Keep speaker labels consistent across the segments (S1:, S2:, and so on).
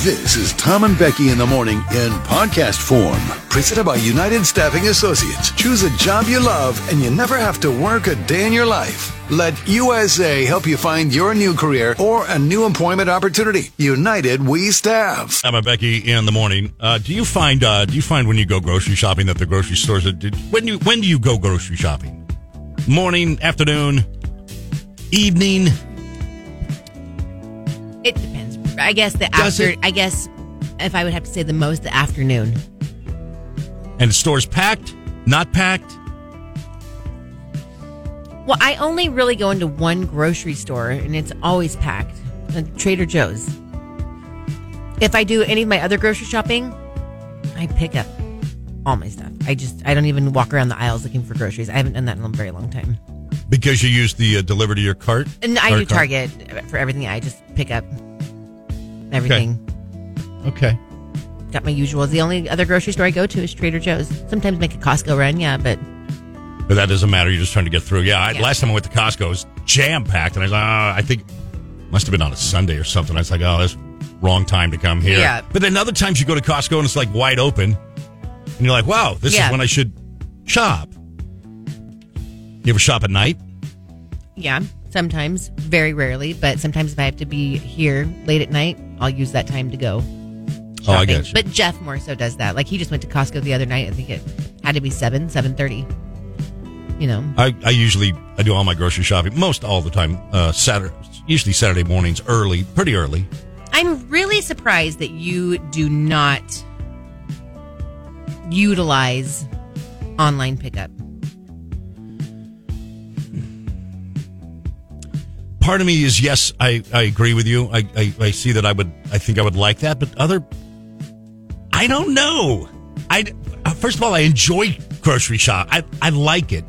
S1: This is Tom and Becky in the morning in podcast form, presented by United Staffing Associates. Choose a job you love and you never have to work a day in your life. Let USA help you find your new career or a new employment opportunity. United We Staff.
S2: I'm a Becky in the morning. Uh, do you find uh, do you find when you go grocery shopping that the grocery stores are, did, when you when do you go grocery shopping? Morning, afternoon, evening.
S3: It depends. I guess the
S2: Does
S3: after.
S2: it-
S3: I guess if I would have to say the most, the afternoon.
S2: And the store's packed, not packed.
S3: Well, I only really go into one grocery store, and it's always packed. uh, Trader Joe's. If I do any of my other grocery shopping, I pick up all my stuff. I just I don't even walk around the aisles looking for groceries. I haven't done that in a very long time.
S2: Because you use the uh, deliver to your cart.
S3: And I
S2: Or
S3: do
S2: cart.
S3: Target for everything. I just pick up everything.
S2: Okay.
S3: Got my usuals. The only other grocery store I go to is Trader Joe's. Sometimes make a Costco run, yeah, but
S2: But that doesn't matter. You're just trying to get through. Yeah. I,
S3: Yeah.
S2: Last time I went to Costco, it was jam packed, and I was like, "Ah, I think must have been on a Sunday or something. I was like, oh, that's wrong time to come here.
S3: Yeah.
S2: But then other times you go to Costco and it's like wide open, and you're like, wow, this
S3: Yeah.
S2: is when I should shop. You ever shop at night?
S3: Yeah, sometimes, very rarely, but sometimes if I have to be here late at night, I'll use that time to go.
S2: Oh, I
S3: shopping.
S2: guess.
S3: But Jeff more so does that. Like he just went to Costco the other night. I think it had to be seven, seven thirty. You know,
S2: I, I usually I do all my grocery shopping most all the time uh, Saturday usually Saturday mornings early pretty early
S3: I'm really surprised that you do not utilize online pickup.
S2: part of me is yes, I, I agree with you. I, I, I see that I would I think I would like that, but other I don't know. I first of all I enjoy grocery shop. I I like it.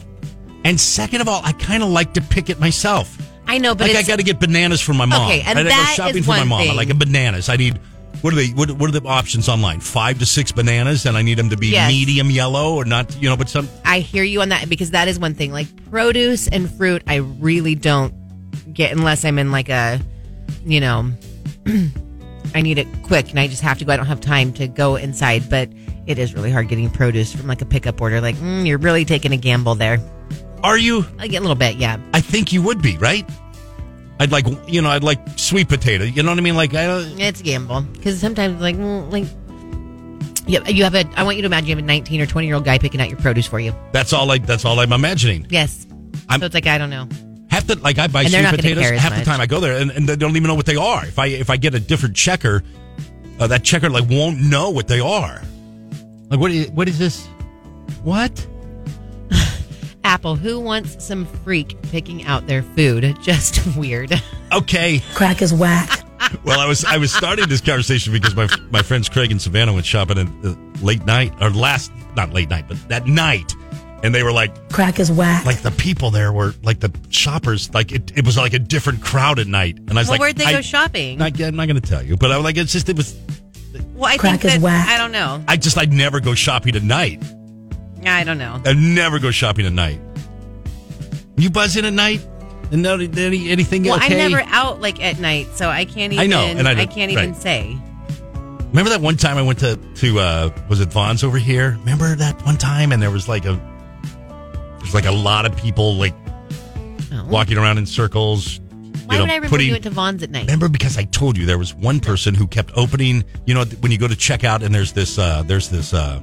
S2: And second of all, I kind of like to pick it myself.
S3: I know, but
S2: like I
S3: it's,
S2: got to get bananas for my mom.
S3: Okay, and
S2: I gotta
S3: that
S2: go
S3: is
S2: shopping for my
S3: one
S2: mom. I
S3: thing.
S2: like bananas. I need what are they? What, what are the options online? Five to six bananas, and I need them to be
S3: Yes.
S2: medium yellow or not. You know, but some
S3: I hear you on that because that is one thing. Like produce and fruit, I really don't get unless I'm in like a, you know, I need it quick and I just have to go. I don't have time to go inside, but it is really hard getting produce from like a pickup order. Like mm, you're really taking a gamble there.
S2: are you?
S3: I get a little bit, yeah.
S2: I think you would be right. I'd like you know I'd like sweet potato. You know what I mean? Like I don't,
S3: It's a gamble because sometimes like mm, like. Yeah, you have a. I want you to imagine you have a 19 or 20 year old guy picking out your produce for you.
S2: that's all I that's all I'm imagining.
S3: Yes.
S2: I'm-
S3: so it's like I don't know.
S2: Half the like I buy
S3: And they're
S2: sweet
S3: not gonna
S2: potatoes
S3: care as
S2: half the
S3: much.
S2: time I go there and, and they don't even know what they are. If I if I get a different checker, uh, that checker like won't know what they are. Like what is what is this? What?
S3: Apple, who wants some freak picking out their food? Just weird.
S2: Okay.
S4: Crack is whack.
S2: Well, I was I was starting this conversation because my my friends Craig and Savannah went shopping at uh, late night or last not late night but that night, and they were like
S4: Crack is whack.
S2: like the people there were like the shoppers like it, it was like a different crowd at night, and I was
S3: Well,
S2: like,
S3: where'd they
S2: I,
S3: go shopping?
S2: Not, I'm not going to tell you, but I was like it's just it was
S3: well, I
S4: Crack
S3: think
S4: is
S3: that,
S4: whack.
S3: I don't know.
S2: I just I'd never go shopping at night.
S3: I don't know.
S2: I'd never go shopping at night. You buzz in at night and no any, anything
S3: Well,
S2: okay?
S3: I'm never out like at night, so I can't even.
S2: I know, and I don't-
S3: can't
S2: right.
S3: even say.
S2: Remember that one time I went to to uh was it Vaughn's over here? Remember that one time and there was like a there's like a lot of people like
S3: Oh.
S2: walking around in circles.
S3: Why
S2: you know,
S3: would I remember
S2: putting,
S3: you went to Vaughn's at night?
S2: Remember because I told you there was one person who kept opening, you know, when you go to check out and there's this uh there's this uh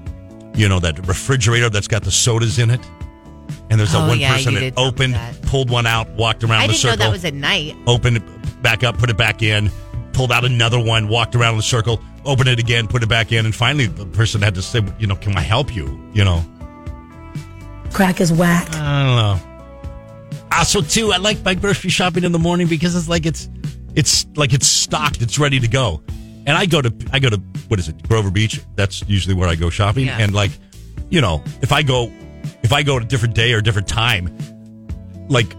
S2: you know that refrigerator that's got the sodas in it. And there's that
S3: Oh,
S2: one
S3: yeah,
S2: person
S3: you
S2: that
S3: did tell me
S2: opened,
S3: that.
S2: pulled one out, walked around
S3: I
S2: the
S3: didn't
S2: circle
S3: know that was at night.
S2: opened it back up, put it back in, pulled out another one, walked around in a circle, opened it again, put it back in, and finally the person had to say, you know, can I help you? You know,
S4: Crack is whack.
S2: I don't know. Also, too, I like my grocery shopping in the morning because it's like it's it's like it's stocked, it's ready to go. And I go to I go to what is it Grover Beach? That's usually where I go shopping.
S3: Yeah.
S2: And like, you know, if I go if I go at a different day or a different time, like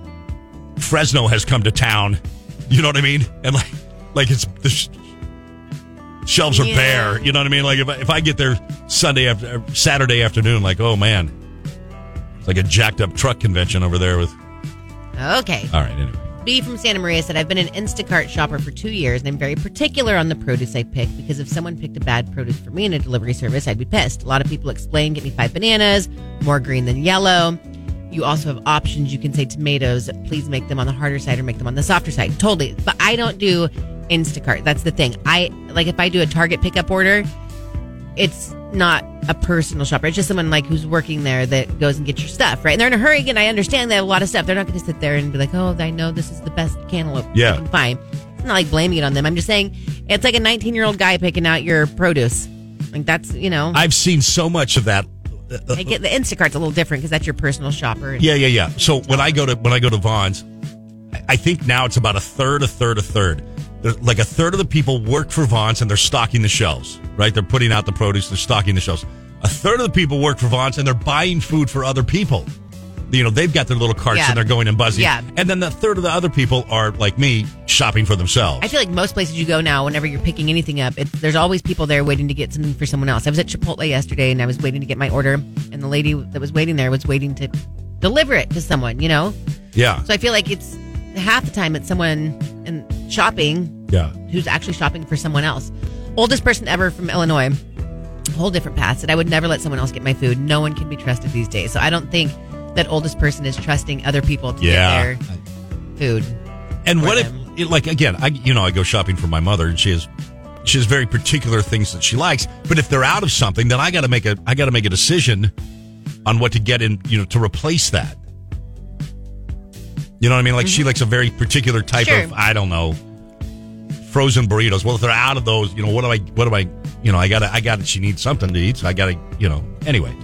S2: Fresno has come to town. You know what I mean? And like like it's the sh- shelves are
S3: Yeah.
S2: bare. You know what I mean? Like if I, if I get there Sunday after Saturday afternoon, like oh man, it's like a jacked up truck convention over there with.
S3: Okay.
S2: All right, anyway.
S3: B from Santa Maria said, I've been an Instacart shopper for two years and I'm very particular on the produce I pick because if someone picked a bad produce for me in a delivery service, I'd be pissed. A lot of people explain, get me five bananas, more green than yellow. You also have options. You can say tomatoes, please make them on the harder side or make them on the softer side. Totally. But I don't do Instacart. That's the thing. I like if I do a Target pickup order, it's not a personal shopper. It's just someone like who's working there that goes and gets your stuff, right? And they're in a hurry, and I understand they have a lot of stuff. They're not going to sit there and be like, "Oh, I know this is the best cantaloupe."
S2: Yeah.
S3: I can find." It's not like blaming it on them. I'm just saying it's like a 19 year old guy picking out your produce. Like that's you know, I,
S2: I've seen so much of that. Uh, uh,
S3: get the Instacart's a little different because that's your personal shopper. and-
S2: Yeah, yeah, yeah. So when I go to when I go to Vaughn's, I- I think now it's about a third, a third, a third. There's like a third of the people work for Vaughn's and they're stocking the shelves, right? They're putting out the produce, they're stocking the shelves. A third of the people work for Vaughn's and they're buying food for other people. You know, they've got their little carts
S3: Yeah.
S2: and they're going and buzzing.
S3: Yeah.
S2: And then the third of the other people are like me shopping for themselves.
S3: I feel like most places you go now, whenever you're picking anything up, it, there's always people there waiting to get something for someone else. I was at Chipotle yesterday and I was waiting to get my order, and the lady that was waiting there was waiting to deliver it to someone, you know?
S2: yeah.
S3: So I feel like it's half the time it's someone in shopping
S2: Yeah.
S3: who's actually shopping for someone else. Oldest person ever from Illinois, whole different path, said, I would never let someone else get my food. No one can be trusted these days. So I don't think that oldest person is trusting other people to
S2: Yeah.
S3: get their food.
S2: And
S3: for
S2: what if,
S3: them.
S2: it, like, again, I you know, I go shopping for my mother, and she has she has very particular things that she likes. But if they're out of something, then I got to make a I got to make a decision on what to get in, you know, to replace that. You know what I mean? Like she likes a very particular type
S3: Sure.
S2: of I don't know frozen burritos. Well, if they're out of those, you know, what do I what do I you know I gotta I gotta she needs something to eat, so I gotta you know anyway.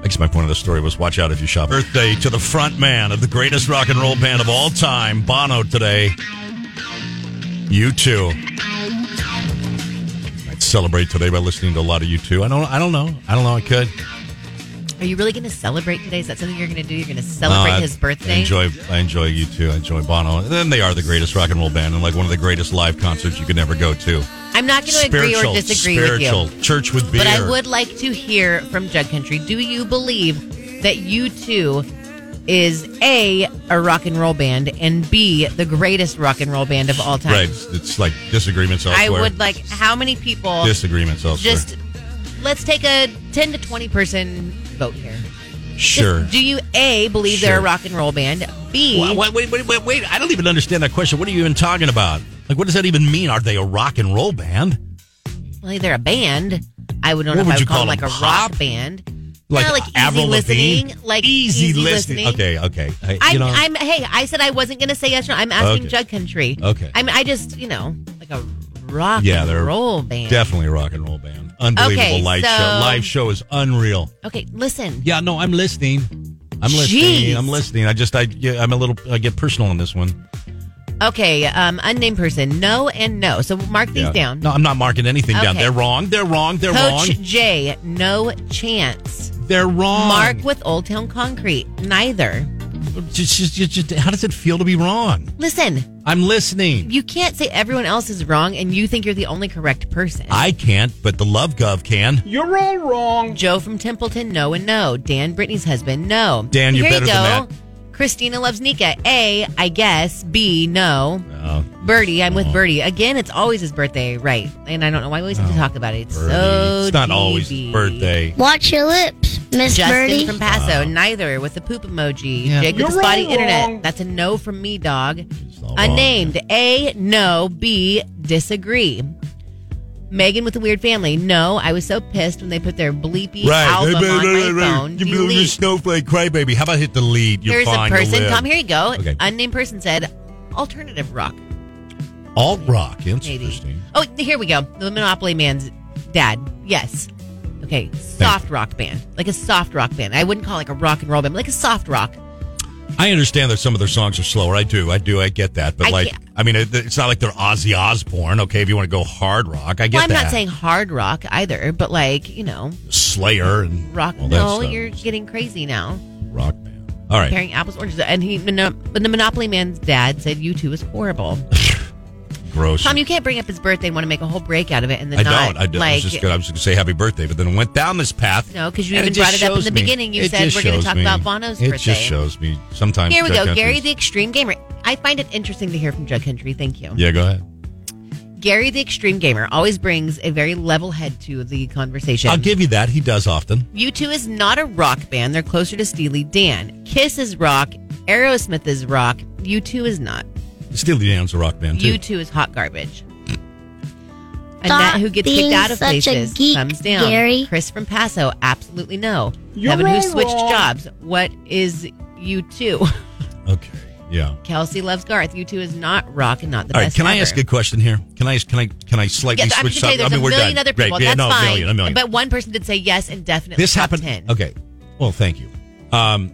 S2: I guess my point of the story was watch out if you shop. Birthday to the front man of the greatest rock and roll band of all time, Bono, today. You too. I'd celebrate today by listening to a lot of you too. I don't. I don't know. I don't know. I could
S3: Are you really going to celebrate today? Is that something you're going to do? You're going to celebrate
S2: No, I-
S3: his birthday?
S2: uh, I enjoy. I enjoy you too. I enjoy Bono. And then they are the greatest rock and roll band and like one of the greatest live concerts you could ever go to.
S3: I'm not going to agree or disagree
S2: spiritual
S3: with you.
S2: church with beer.
S3: But I would like to hear from Jug Country. Do you believe that U2 is A, a rock and roll band, and B, the greatest rock and roll band of all time?
S2: Right. It's, it's like disagreements
S3: I
S2: elsewhere.
S3: would like how many people
S2: disagreements elsewhere.
S3: just let's take a 10 to 20 person vote here. Just
S2: sure.
S3: do you A, believe they're a
S2: Sure.
S3: rock and roll band? B,
S2: Wha- wha- Wait, wait, wait, wait. I don't even understand that question. What are you even talking about? Like, what does that even mean? Are they a rock and roll band?
S3: well, they're a band. I would
S2: What
S3: don't know if
S2: would
S3: I
S2: you
S3: would call
S2: call
S3: them like a
S2: them, pop?
S3: rock band.
S2: Like,
S3: Kinda
S2: Avril Lavigne?
S3: listening, like
S2: easy, listening. Okay, okay. I,
S3: I'm,
S2: you know,
S3: I'm. Hey, I said I wasn't going to say yes. or No, I'm asking
S2: Okay.
S3: Jug Country.
S2: Okay.
S3: I'm. I just, you know, like a rock
S2: Yeah,
S3: and
S2: they're
S3: roll band.
S2: definitely a rock and roll band. Unbelievable
S3: Okay,
S2: live
S3: so-
S2: show. Live show is unreal.
S3: okay, listen.
S2: Yeah, no, I'm listening. I'm listening.
S3: Jeez.
S2: I'm listening. I just, I, yeah, I'm a little, I get personal on this one.
S3: Okay, um, unnamed person. No and no. So mark these
S2: Yeah.
S3: down.
S2: No, I'm not marking anything down.
S3: Okay.
S2: They're wrong. They're wrong. They're
S3: Coach
S2: wrong.
S3: J. No chance.
S2: They're wrong.
S3: Mark with Old Town Concrete. Neither.
S2: Just- just- just- just- how does it feel to be wrong?
S3: Listen,
S2: I'm listening.
S3: you can't say everyone else is wrong and you think you're the only correct person.
S2: I can't, but the Love Gov can.
S5: You're all wrong.
S3: Joe from Templeton, no and no. Dan Brittany's husband, no.
S2: Dan, you're
S3: Here
S2: better
S3: you go.
S2: than that.
S3: Christina loves Nika. A, I guess. B, no.
S2: Uh,
S3: Birdie, I'm
S2: Uh-huh.
S3: with Birdie. Again, it's always his birthday, right? And I don't know why we always have to talk about it. It's so
S2: Oh, it's not always his
S3: TV.
S2: birthday.
S6: Watch your lips, Miss
S3: Justin
S6: Birdie.
S3: from Paso, neither with the poop emoji.
S2: Yeah.
S3: Jake with the
S5: You're
S3: spotty
S5: all
S3: internet.
S5: wrong.
S3: That's a no from me, dog.
S2: all wrong,
S3: Unnamed. A, no. B, disagree. Megan with the weird family. No, I was so pissed when they put their bleepy album on my phone.
S2: You blew your
S3: Delete.
S2: snowflake crybaby. How about hit the lead? You're
S3: Here's a
S2: fine.
S3: person. Tom, here you go.
S2: Okay.
S3: Unnamed person said alternative rock.
S2: Alt rock. It's
S3: Maybe.
S2: interesting.
S3: Oh, here we go. The Monopoly Man's dad. Yes. Okay. Soft rock band. Like a soft rock band. I wouldn't call it like a rock and roll band, but like a soft rock.
S2: I understand that some of their songs are slower. I do. I do. I get that. But
S3: I
S2: like,
S3: can't-
S2: I mean, it, it's not like they're Ozzy Osbourne. Okay, if you want to go hard rock, I get
S3: Well, I'm
S2: that.
S3: not saying hard rock either, but like, you know,
S2: Slayer and
S3: rock.
S2: all that
S3: no,
S2: stuff.
S3: you're getting crazy now.
S2: rock band. All right.
S3: Comparing apples to oranges. And he, Mono- but the Monopoly Man's dad said you 2 is horrible.
S2: gross.
S3: Tom, you can't bring up his birthday and want to make a whole break out of it and then
S2: I
S3: not.
S2: don't. I, don't. I
S3: Like,
S2: was just gonna, I was going to say happy birthday, but then I went down this path.
S3: No, 'cause you
S2: and
S3: even
S2: just
S3: brought it up in
S2: shows
S3: the
S2: me.
S3: beginning. You
S2: It
S3: said
S2: just
S3: we're gonna
S2: shows
S3: talk
S2: me.
S3: about Bono's
S2: it just
S3: birthday.
S2: shows me sometimes.
S3: here we
S2: drug
S3: go. Gary
S2: countries-
S3: the Extreme Gamer. I find it interesting to hear from Jug Country. Thank you.
S2: Yeah, go ahead.
S3: Gary the Extreme Gamer always brings a very level head to the conversation.
S2: I'll give you that. He does often.
S3: U2 is not a rock band. They're closer to Steely Dan. Kiss is rock. Aerosmith is rock. U2 is not.
S2: Steely Dan's a rock band too.
S3: U2 is hot garbage. And
S5: Stop
S3: that who gets
S5: being
S3: kicked out of
S5: such a
S3: places
S5: geek,
S3: comes down.
S5: Gary.
S3: Chris from Paso, absolutely no. Kevin who switched jobs. What is U2?
S2: Okay. Yeah.
S3: Kelsey loves Garth. U2 is not rock and not the
S2: All right.
S3: best.
S2: Can I
S3: ever.
S2: ask a question here? Can I can I can I slightly
S3: Yes, I'm
S2: switch
S3: just
S2: something?
S3: gonna tell you,
S2: I
S3: there's
S2: mean,
S3: a
S2: we're
S3: million
S2: done.
S3: other people.
S2: Right, yeah,
S3: That's
S2: no, a
S3: fine.
S2: million, a million.
S3: But one person did say yes and definitely.
S2: this
S3: top
S2: happened.
S3: 10.
S2: Okay. Well, thank you. Um,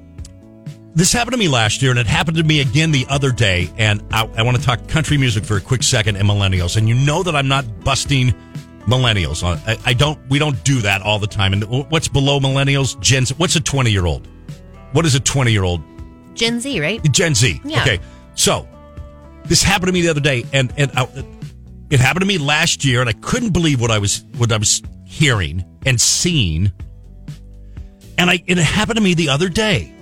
S2: this happened to me last year, and it happened to me again the other day. And I, I want to talk country music for a quick second and millennials. And you know that I'm not busting millennials. I, I- I don't. We don't do that all the time. And what's below millennials? Gen. Z- What's a 20 year old? What is a 20 year old?
S3: Gen Z, right?
S2: Gen Z.
S3: Yeah.
S2: Okay. So this happened to me the other day, and and I, it happened to me last year, and I couldn't believe what I was what I was hearing and seeing. And I and it happened to me the other day.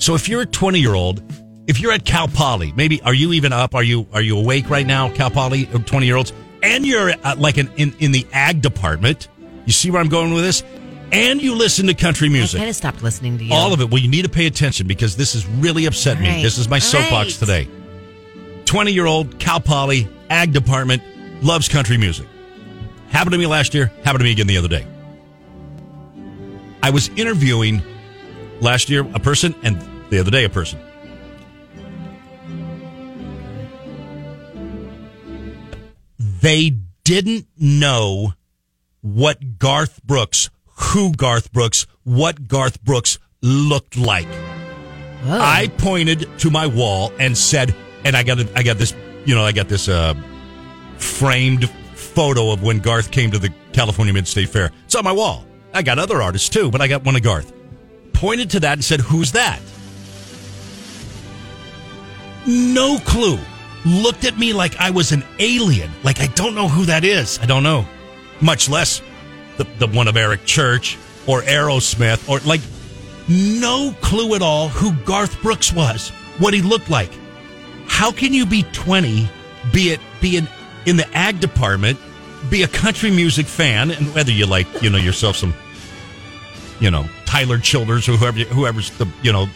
S2: So if you're a 20 year old, if you're at Cal Poly, maybe are you even up? Are you are you awake right now, Cal Poly 20 year olds? And you're uh, like an, in in the ag department. You see where I'm going with this? And you listen to country
S3: I
S2: music.
S3: kind of stopped listening to you.
S2: All of it. Well, you need to pay attention because this has really upset me.
S3: Right.
S2: This is my
S3: All
S2: soapbox
S3: right.
S2: today. 20 year old Cal Poly, ag department, loves country music. Happened to me last year, happened to me again the other day. I was interviewing last year a person and the other day a person. They didn't know what Garth Brooks, who Garth Brooks, what Garth Brooks looked like.
S3: Whoa.
S2: I pointed to my wall and said, and I got a, I got this, you know, I got this uh, framed photo of when Garth came to the California Mid State Fair. It's on my wall. I got other artists too, but I got one of Garth. Pointed to that and said, "Who's that?" No clue. Looked at me like I was an alien. Like I don't know who that is. I don't know. Much less the, the one of Eric Church or Aerosmith or like no clue at all who Garth Brooks was, what he looked like. How can you be 20, be it be in, in the ag department, be a country music fan, and whether you like, you know, yourself some, you know, Tyler Childers or whoever, whoever's the, you know,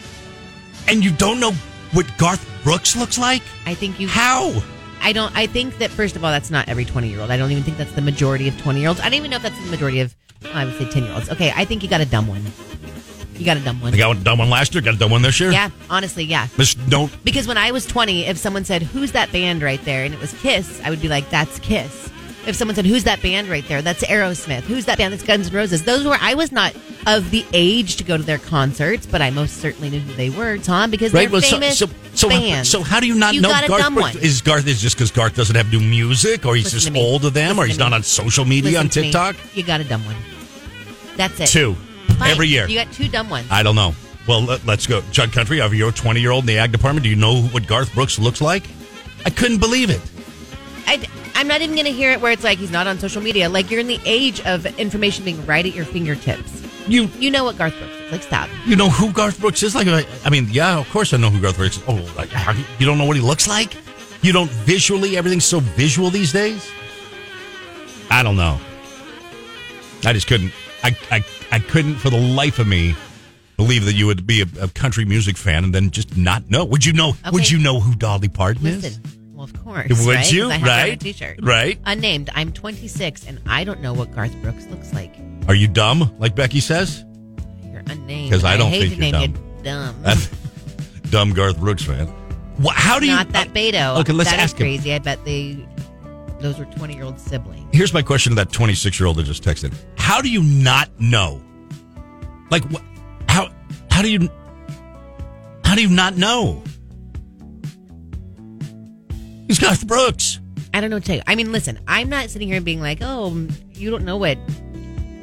S2: and you don't know what Garth Brooks looks like?
S3: I think you.
S2: How?
S3: I don't. I think that first of all, that's not every twenty-year-old. I don't even think that's the majority of twenty-year-olds. I don't even know if that's the majority of. I would say ten-year-olds. Okay, I think you got a dumb one. You got a dumb one.
S2: I got done one last year, got done one this year.
S3: Yeah, honestly, yeah.
S2: Just don't
S3: Because when I was 20, if someone said, Who's that band right there? and it was Kiss, I would be like, That's Kiss. If someone said, Who's that band right there? That's Aerosmith. Who's that band? That's Guns N' Roses. Those were, I was not of the age to go to their concerts, but I most certainly knew who they were, Tom, because
S2: Right.
S3: they're
S2: Well, so,
S3: famous
S2: so, so,
S3: fans.
S2: so how do you not
S3: You
S2: know
S3: got a
S2: Garth
S3: dumb
S2: Brooks?
S3: one.
S2: Is Garth is just because Garth doesn't have new music, or he's
S3: Listen to
S2: just
S3: me.
S2: old to them, or
S3: Listen
S2: he's
S3: to me.
S2: not on social media
S3: Listen
S2: on
S3: to me.
S2: TikTok?
S3: You got a dumb one. That's it.
S2: Two
S3: Fine.
S2: every year.
S3: You got two dumb ones.
S2: I don't know. Well, let, us go. Jug Country, are you a 20 year old in the ag department? Do you know what Garth Brooks looks like? I couldn't believe it.
S3: I, am not even going to hear it where it's like he's not on social media. Like you're in the age of information being right at your fingertips.
S2: You
S3: You know what Garth Brooks is. Like, stop.
S2: you know who Garth Brooks is like? I, I mean, yeah, of course I know who Garth Brooks is. Oh, like, how, you don't know what he looks like? You don't visually, everything's so visual these days? I don't know. I just couldn't. I, I, I couldn't for the life of me believe that you would be a, a country music fan and then just not know. Would you know? Would
S3: Okay.
S2: you know who Dolly Parton is?
S3: Listen, well, of course.
S2: Would
S3: right?
S2: you?
S3: 'Cause I have that on a
S2: Right.
S3: T-shirt.
S2: Right.
S3: Unnamed. I'm 26, and I don't know what Garth Brooks looks like.
S2: Are you dumb, like Becky says?
S3: You're unnamed.
S2: 'Cause I don't
S3: hate
S2: think
S3: to
S2: you're
S3: name
S2: dumb.
S3: you dumb.
S2: That's dumb Garth Brooks fan. Wha how do you?
S3: Not that Beto.
S2: Okay, let's
S3: That is
S2: ask him.
S3: crazy. I bet they those were 20 year old siblings.
S2: here's my question to that 26 year old that just texted how do you not know like what how how do you how do you not know he's garth brooks
S3: I don't know what to tell you. I mean, listen, I'm not sitting here being like, oh, you don't know what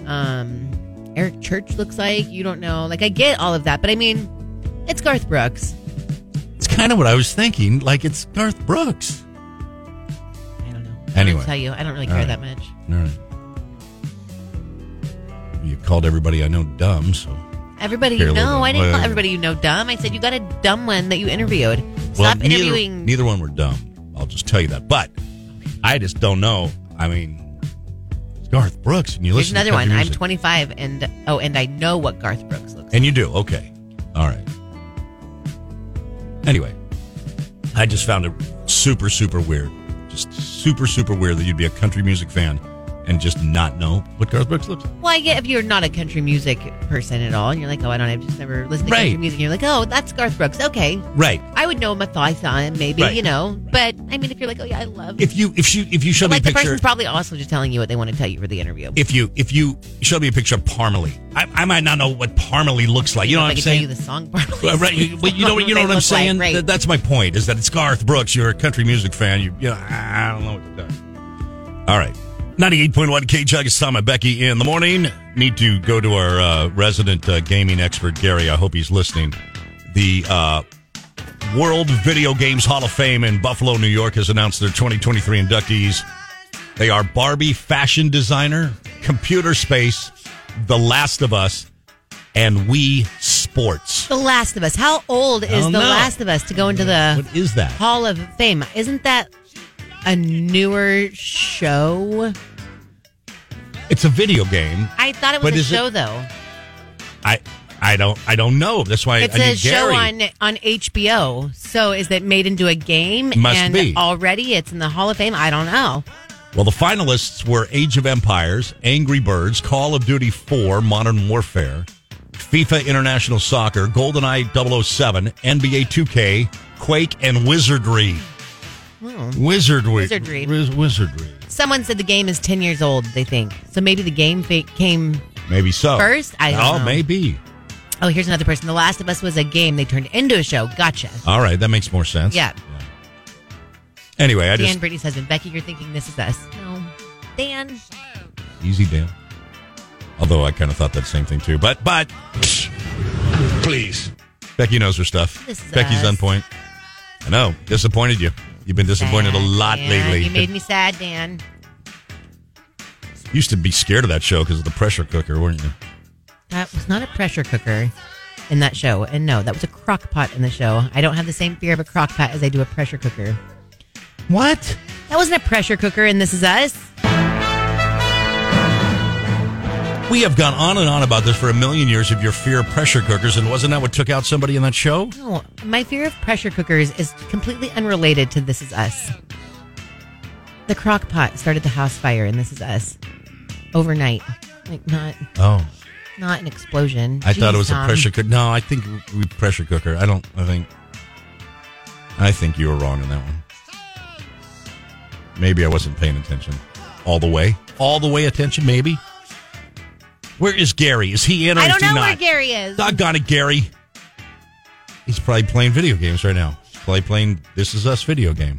S3: um, Eric Church looks like. You don't know. Like, I get all of that, but I mean, it's Garth Brooks.
S2: it's kind of what i was thinking like it's garth brooks Anyway.
S3: I'll tell you, I don't really care that much.
S2: All right. You called everybody I know dumb, so
S3: Everybody
S2: Care a
S3: you
S2: little
S3: know,
S2: bit.
S3: I didn't call
S2: Whatever.
S3: everybody you know dumb. I said you got a dumb one that you interviewed. Stop
S2: neither-
S3: interviewing.
S2: Neither, one were dumb. I'll just tell you that. But I just don't know. I mean, it's Garth Brooks, and you
S3: Here's
S2: listen. to
S3: another one.
S2: country music.
S3: I'm 25, and oh, and I know what Garth Brooks looks. like.
S2: and you do okay. All right. Anyway, I just found it super, super weird. Just super, super weird that you'd be a country music fan and just not know what Garth Brooks looks like.
S3: Well, I get if you're not a country music person at all, and you're like, oh, I don't, I've just never listened to country
S2: Right.
S3: music. You're like, oh, that's Garth Brooks. Okay,
S2: Right.
S3: I would know him if I saw him, maybe
S2: Right.
S3: you know. But I mean, if you're like, oh yeah, I love.
S2: If you if she if you showed
S3: like
S2: me
S3: the
S2: a picture
S3: person's probably also just telling you what they want to tell you for the interview.
S2: if you if you showed me a picture of Parmalee, I, I might not know what Parmalee looks like. You know
S3: I
S2: what I'm
S3: could tell
S2: saying?
S3: you the song part.
S2: Well, right, you, but you know, you know what I'm saying.
S3: Right.
S2: That- that's my point. Is that it's Garth Brooks? You're a country music fan. You, you know, I don't know what to do. All right, ninety-eight point one K Chug. It's Tom and Becky in the morning. Need to go to our uh, resident uh, gaming expert Gary. I hope he's listening. The uh, World Video Games Hall of Fame in Buffalo, New York, has announced their 2023 inductees. They are Barbie fashion designer, computer space, The Last of Us, and Wii Sports.
S3: The Last of Us. How old is The
S2: don't know.
S3: Last of Us to go into the
S2: What is that?
S3: Hall of Fame? Isn't that a newer show?
S2: It's a video game.
S3: I thought it
S2: But
S3: was a
S2: is it-
S3: show though.
S2: I I don't I don't know. That's why
S3: It's
S2: I need
S3: a show
S2: Gary.
S3: on on HBO. So is it made into a game?
S2: Must
S3: and
S2: be.
S3: already it's in the Hall of Fame. I don't know.
S2: Well, the finalists were Age of Empires, Angry Birds, Call of Duty 4, Modern Warfare, FIFA International Soccer, GoldenEye 007, NBA 2K, Quake, and Wizardry. Wizardry.
S3: Hmm. Wizardry.
S2: Wiz- wizardry.
S3: Someone said the game is ten years old. They think so. Maybe the game fa- came.
S2: Maybe so.
S3: First? I don't
S2: oh,
S3: know.
S2: maybe.
S3: Oh, here's another person. The Last of Us was a game. They turned into a show. Gotcha.
S2: All right, that makes more sense.
S3: Yeah.
S2: Anyway, I
S3: Dan
S2: just
S3: Brady's husband, Becky. You're thinking this is us. No, Dan.
S2: Easy, Dan. Although I kind of thought that same thing too. But but please, Becky knows her stuff.
S3: This is
S2: Becky's
S3: us.
S2: on point. I know. Disappointed you. You've been disappointed a
S3: Sad,
S2: lot
S3: Dan.
S2: lately.
S3: You made me sad, Dan.
S2: used to be scared of that show because of the pressure cooker, weren't you?
S3: That was not a pressure cooker in that show. And no, that was a crock pot in the show. I don't have the same fear of a crock pot as I do a pressure cooker.
S2: What?
S3: That wasn't a pressure cooker and This Is Us.
S2: We have gone on and on about this for a million years of your fear of pressure cookers, and wasn't that what took out somebody in that show?
S3: No, my fear of pressure cookers is completely unrelated to This Is Us. The crock pot started the house fire in This Is Us overnight. Like, not
S2: Oh,
S3: not an explosion.
S2: I thought
S3: Jeez,
S2: it was a
S3: Tom.
S2: pressure cooker. No, I think we pressure cooker. I don't. I think. I think you were wrong on that one. Maybe I wasn't paying attention all the way. All the way attention, maybe. Where is Gary? Is he in or
S3: I
S2: is
S3: don't
S2: he
S3: know
S2: not?
S3: where Gary is.
S2: Doggone it, Gary. He's probably playing video games right now. Probably playing This Is Us video game.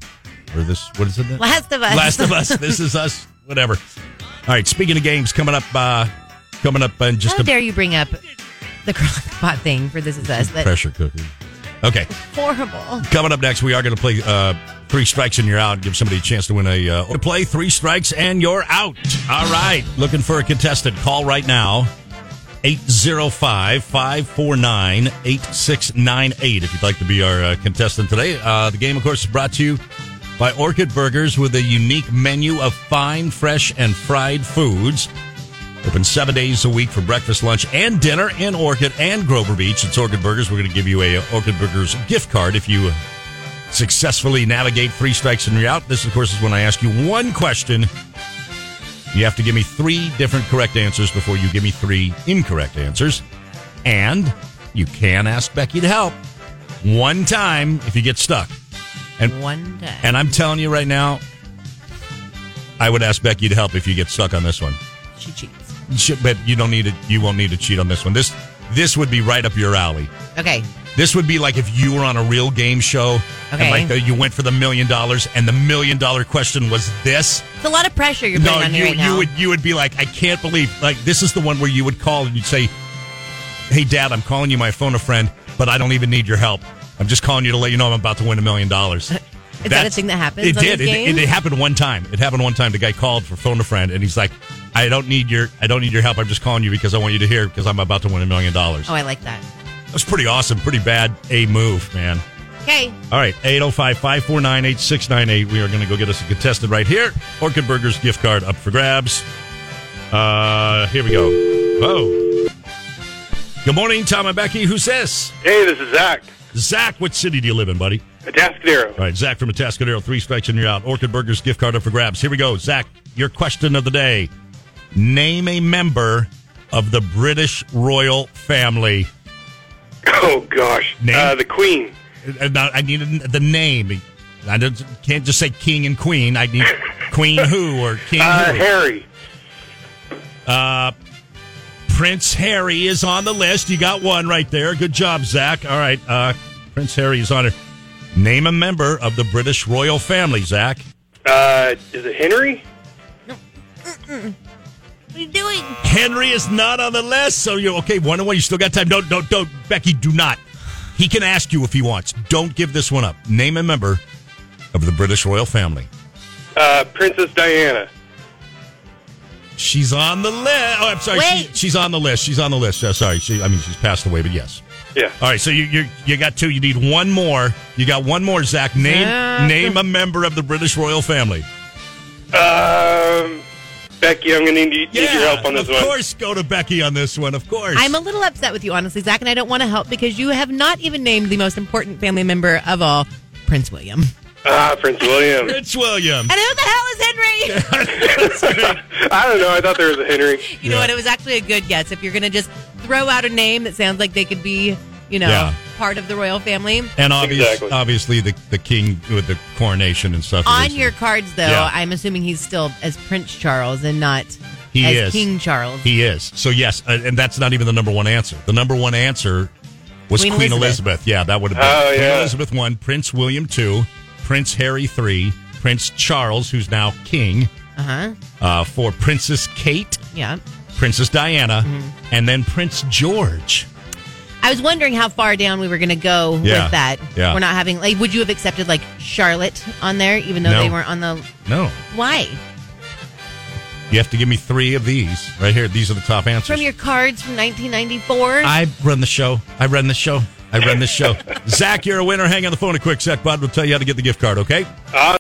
S2: Or this, what is it? then?
S3: Last of Us.
S2: Last of Us. This Is Us. Whatever. All right, speaking of games, coming up, uh, coming up in just
S3: How
S2: a
S3: dare you bring up the crock pot thing for This Is Us? That's
S2: pressure cooker. Okay.
S3: horrible.
S2: Coming up next, we are going to play uh, Three Strikes and You're Out. Give somebody a chance to win a. Uh, to play Three Strikes and You're Out. All right. Looking for a contestant. Call right now. 805 549 8698 if you'd like to be our uh, contestant today. Uh, the game, of course, is brought to you by Orchid Burgers with a unique menu of fine, fresh, and fried foods. Open seven days a week for breakfast, lunch, and dinner in Orchid and Grover Beach. It's Orchid Burgers. We're going to give you a uh, Orchid Burgers gift card if you uh, successfully navigate three strikes and you're out. This, of course, is when I ask you one question. You have to give me three different correct answers before you give me three incorrect answers. And you can ask Becky to help one time if you get stuck.
S3: One day.
S2: And I'm telling you right now, I would ask Becky to help if you get stuck on this one.
S3: she cheats.
S2: Sh- but you don't need to you won't need to cheat on this one this this would be right up your alley
S3: Okay.
S2: this would be like if you were on a real game show and
S3: Okay.
S2: like the, you went for the million dollars and the million dollar question was this
S3: It's a lot of pressure you're putting
S2: no
S3: on me
S2: you,
S3: right now.
S2: you would you would be like i can't believe like this is the one where you would call and you'd say hey dad i'm calling you my phone a friend but i don't even need your help i'm just calling you to let you know i'm about to win a million dollars
S3: Is that a
S2: That's-
S3: thing that happens
S2: It
S3: on
S2: did.
S3: these
S2: It, it,
S3: games?
S2: it happened one time. It happened one time. The guy called for phone a friend, and he's like, "I don't need your, I don't need your help. I'm just calling you because I want you to hear because I'm about to win a million dollars."
S3: Oh, I like that.
S2: That's pretty awesome. Pretty bad a move, man.
S3: Okay.
S2: All right, 805 549 8698. We are going to go get us a contestant right here. Orchid Burgers gift card up for grabs. Uh, here we go. Oh. Good morning, Tom and Becky. Who's this?
S5: Hey, this is Zach.
S2: Zach, what city do you live in, buddy?
S5: Atascadero.
S2: All right, Zach from Atascadero, three strikes and you're out. Orchid Burgers gift card up for grabs. Here we go. Zach, your question of the day. Name a member of the British royal family.
S5: Oh gosh,
S2: Name?
S5: Uh, the Queen.
S2: Uh, Now, I need the name. I don't- can't just say king and queen. I need queen who or king
S5: Uh,
S2: who.
S5: Harry.
S2: Prince Harry is on the list. You got one right there. Good job, Zach. All right, uh, Prince Harry is on it. Name a member of the British royal family, Zach.
S5: Uh, is it Henry?
S3: What are you doing?
S2: Henry is not on the list, so you're okay. One and one. You still got time. Don't, don't, don't, Becky. Do not. He can ask you if he wants. Don't give this one up. Name a member of the British royal family.
S5: Uh, Princess Diana.
S2: She's on the list. Oh, I'm sorry. She,
S3: Wait.
S2: she's on the list. She's on the list. Uh, sorry. She, I mean, she's passed away, but yes.
S5: Yeah.
S2: All right. So you you you got two. You need one more. You got one more, Zach. Name
S3: Zach.
S2: name a member of the British royal family.
S5: Um, Becky, I'm gonna need, need your help on this
S2: Uh, of
S5: one.
S2: course. Go to Becky on this one. Of course.
S3: I'm a little upset with you, honestly, Zach, and I don't want to help because you have not even named the most important family member of all, Prince William.
S5: Ah, Prince William.
S2: Prince William.
S3: And who the hell is Henry?
S5: I don't know. I thought there was a Henry.
S3: You know what? It was actually a good guess. If you're going to just throw out a name that sounds like they could be, you know,
S2: Yeah.
S3: part of the royal family.
S2: And obvious,
S5: Exactly.
S2: obviously, the, the king with the coronation and stuff.
S3: On
S2: is-
S3: your cards, though,
S2: Yeah.
S3: I'm assuming he's still as Prince Charles and not
S2: He
S3: as
S2: is.
S3: King Charles.
S2: he is. So yes, uh, and that's not even the number one answer. The number one answer was Queen,
S3: Queen
S2: Elizabeth.
S3: Elizabeth.
S2: Yeah, that would have been
S5: Oh,
S2: Queen
S5: yeah.
S2: Elizabeth one, Prince William two, Prince Harry three, Prince Charles, who's now king,
S3: Uh huh.
S2: uh, for Princess Kate,
S3: Yeah.
S2: Princess Diana,
S3: Mm-hmm.
S2: and then Prince George.
S3: I was wondering how far down we were going to go
S2: Yeah.
S3: with that.
S2: Yeah.
S3: We're not having, like, would you have accepted, like, Charlotte on there, even though
S2: No.
S3: they weren't on the.
S2: No,
S3: Why?
S2: you have to give me three of these right here. These are the top answers.
S3: From your cards from 1994?
S2: I run the show. I run the show. I run the show. Zach, you're a winner. Hang on the phone a quick sec, bud. We'll tell you how to get the gift card, okay?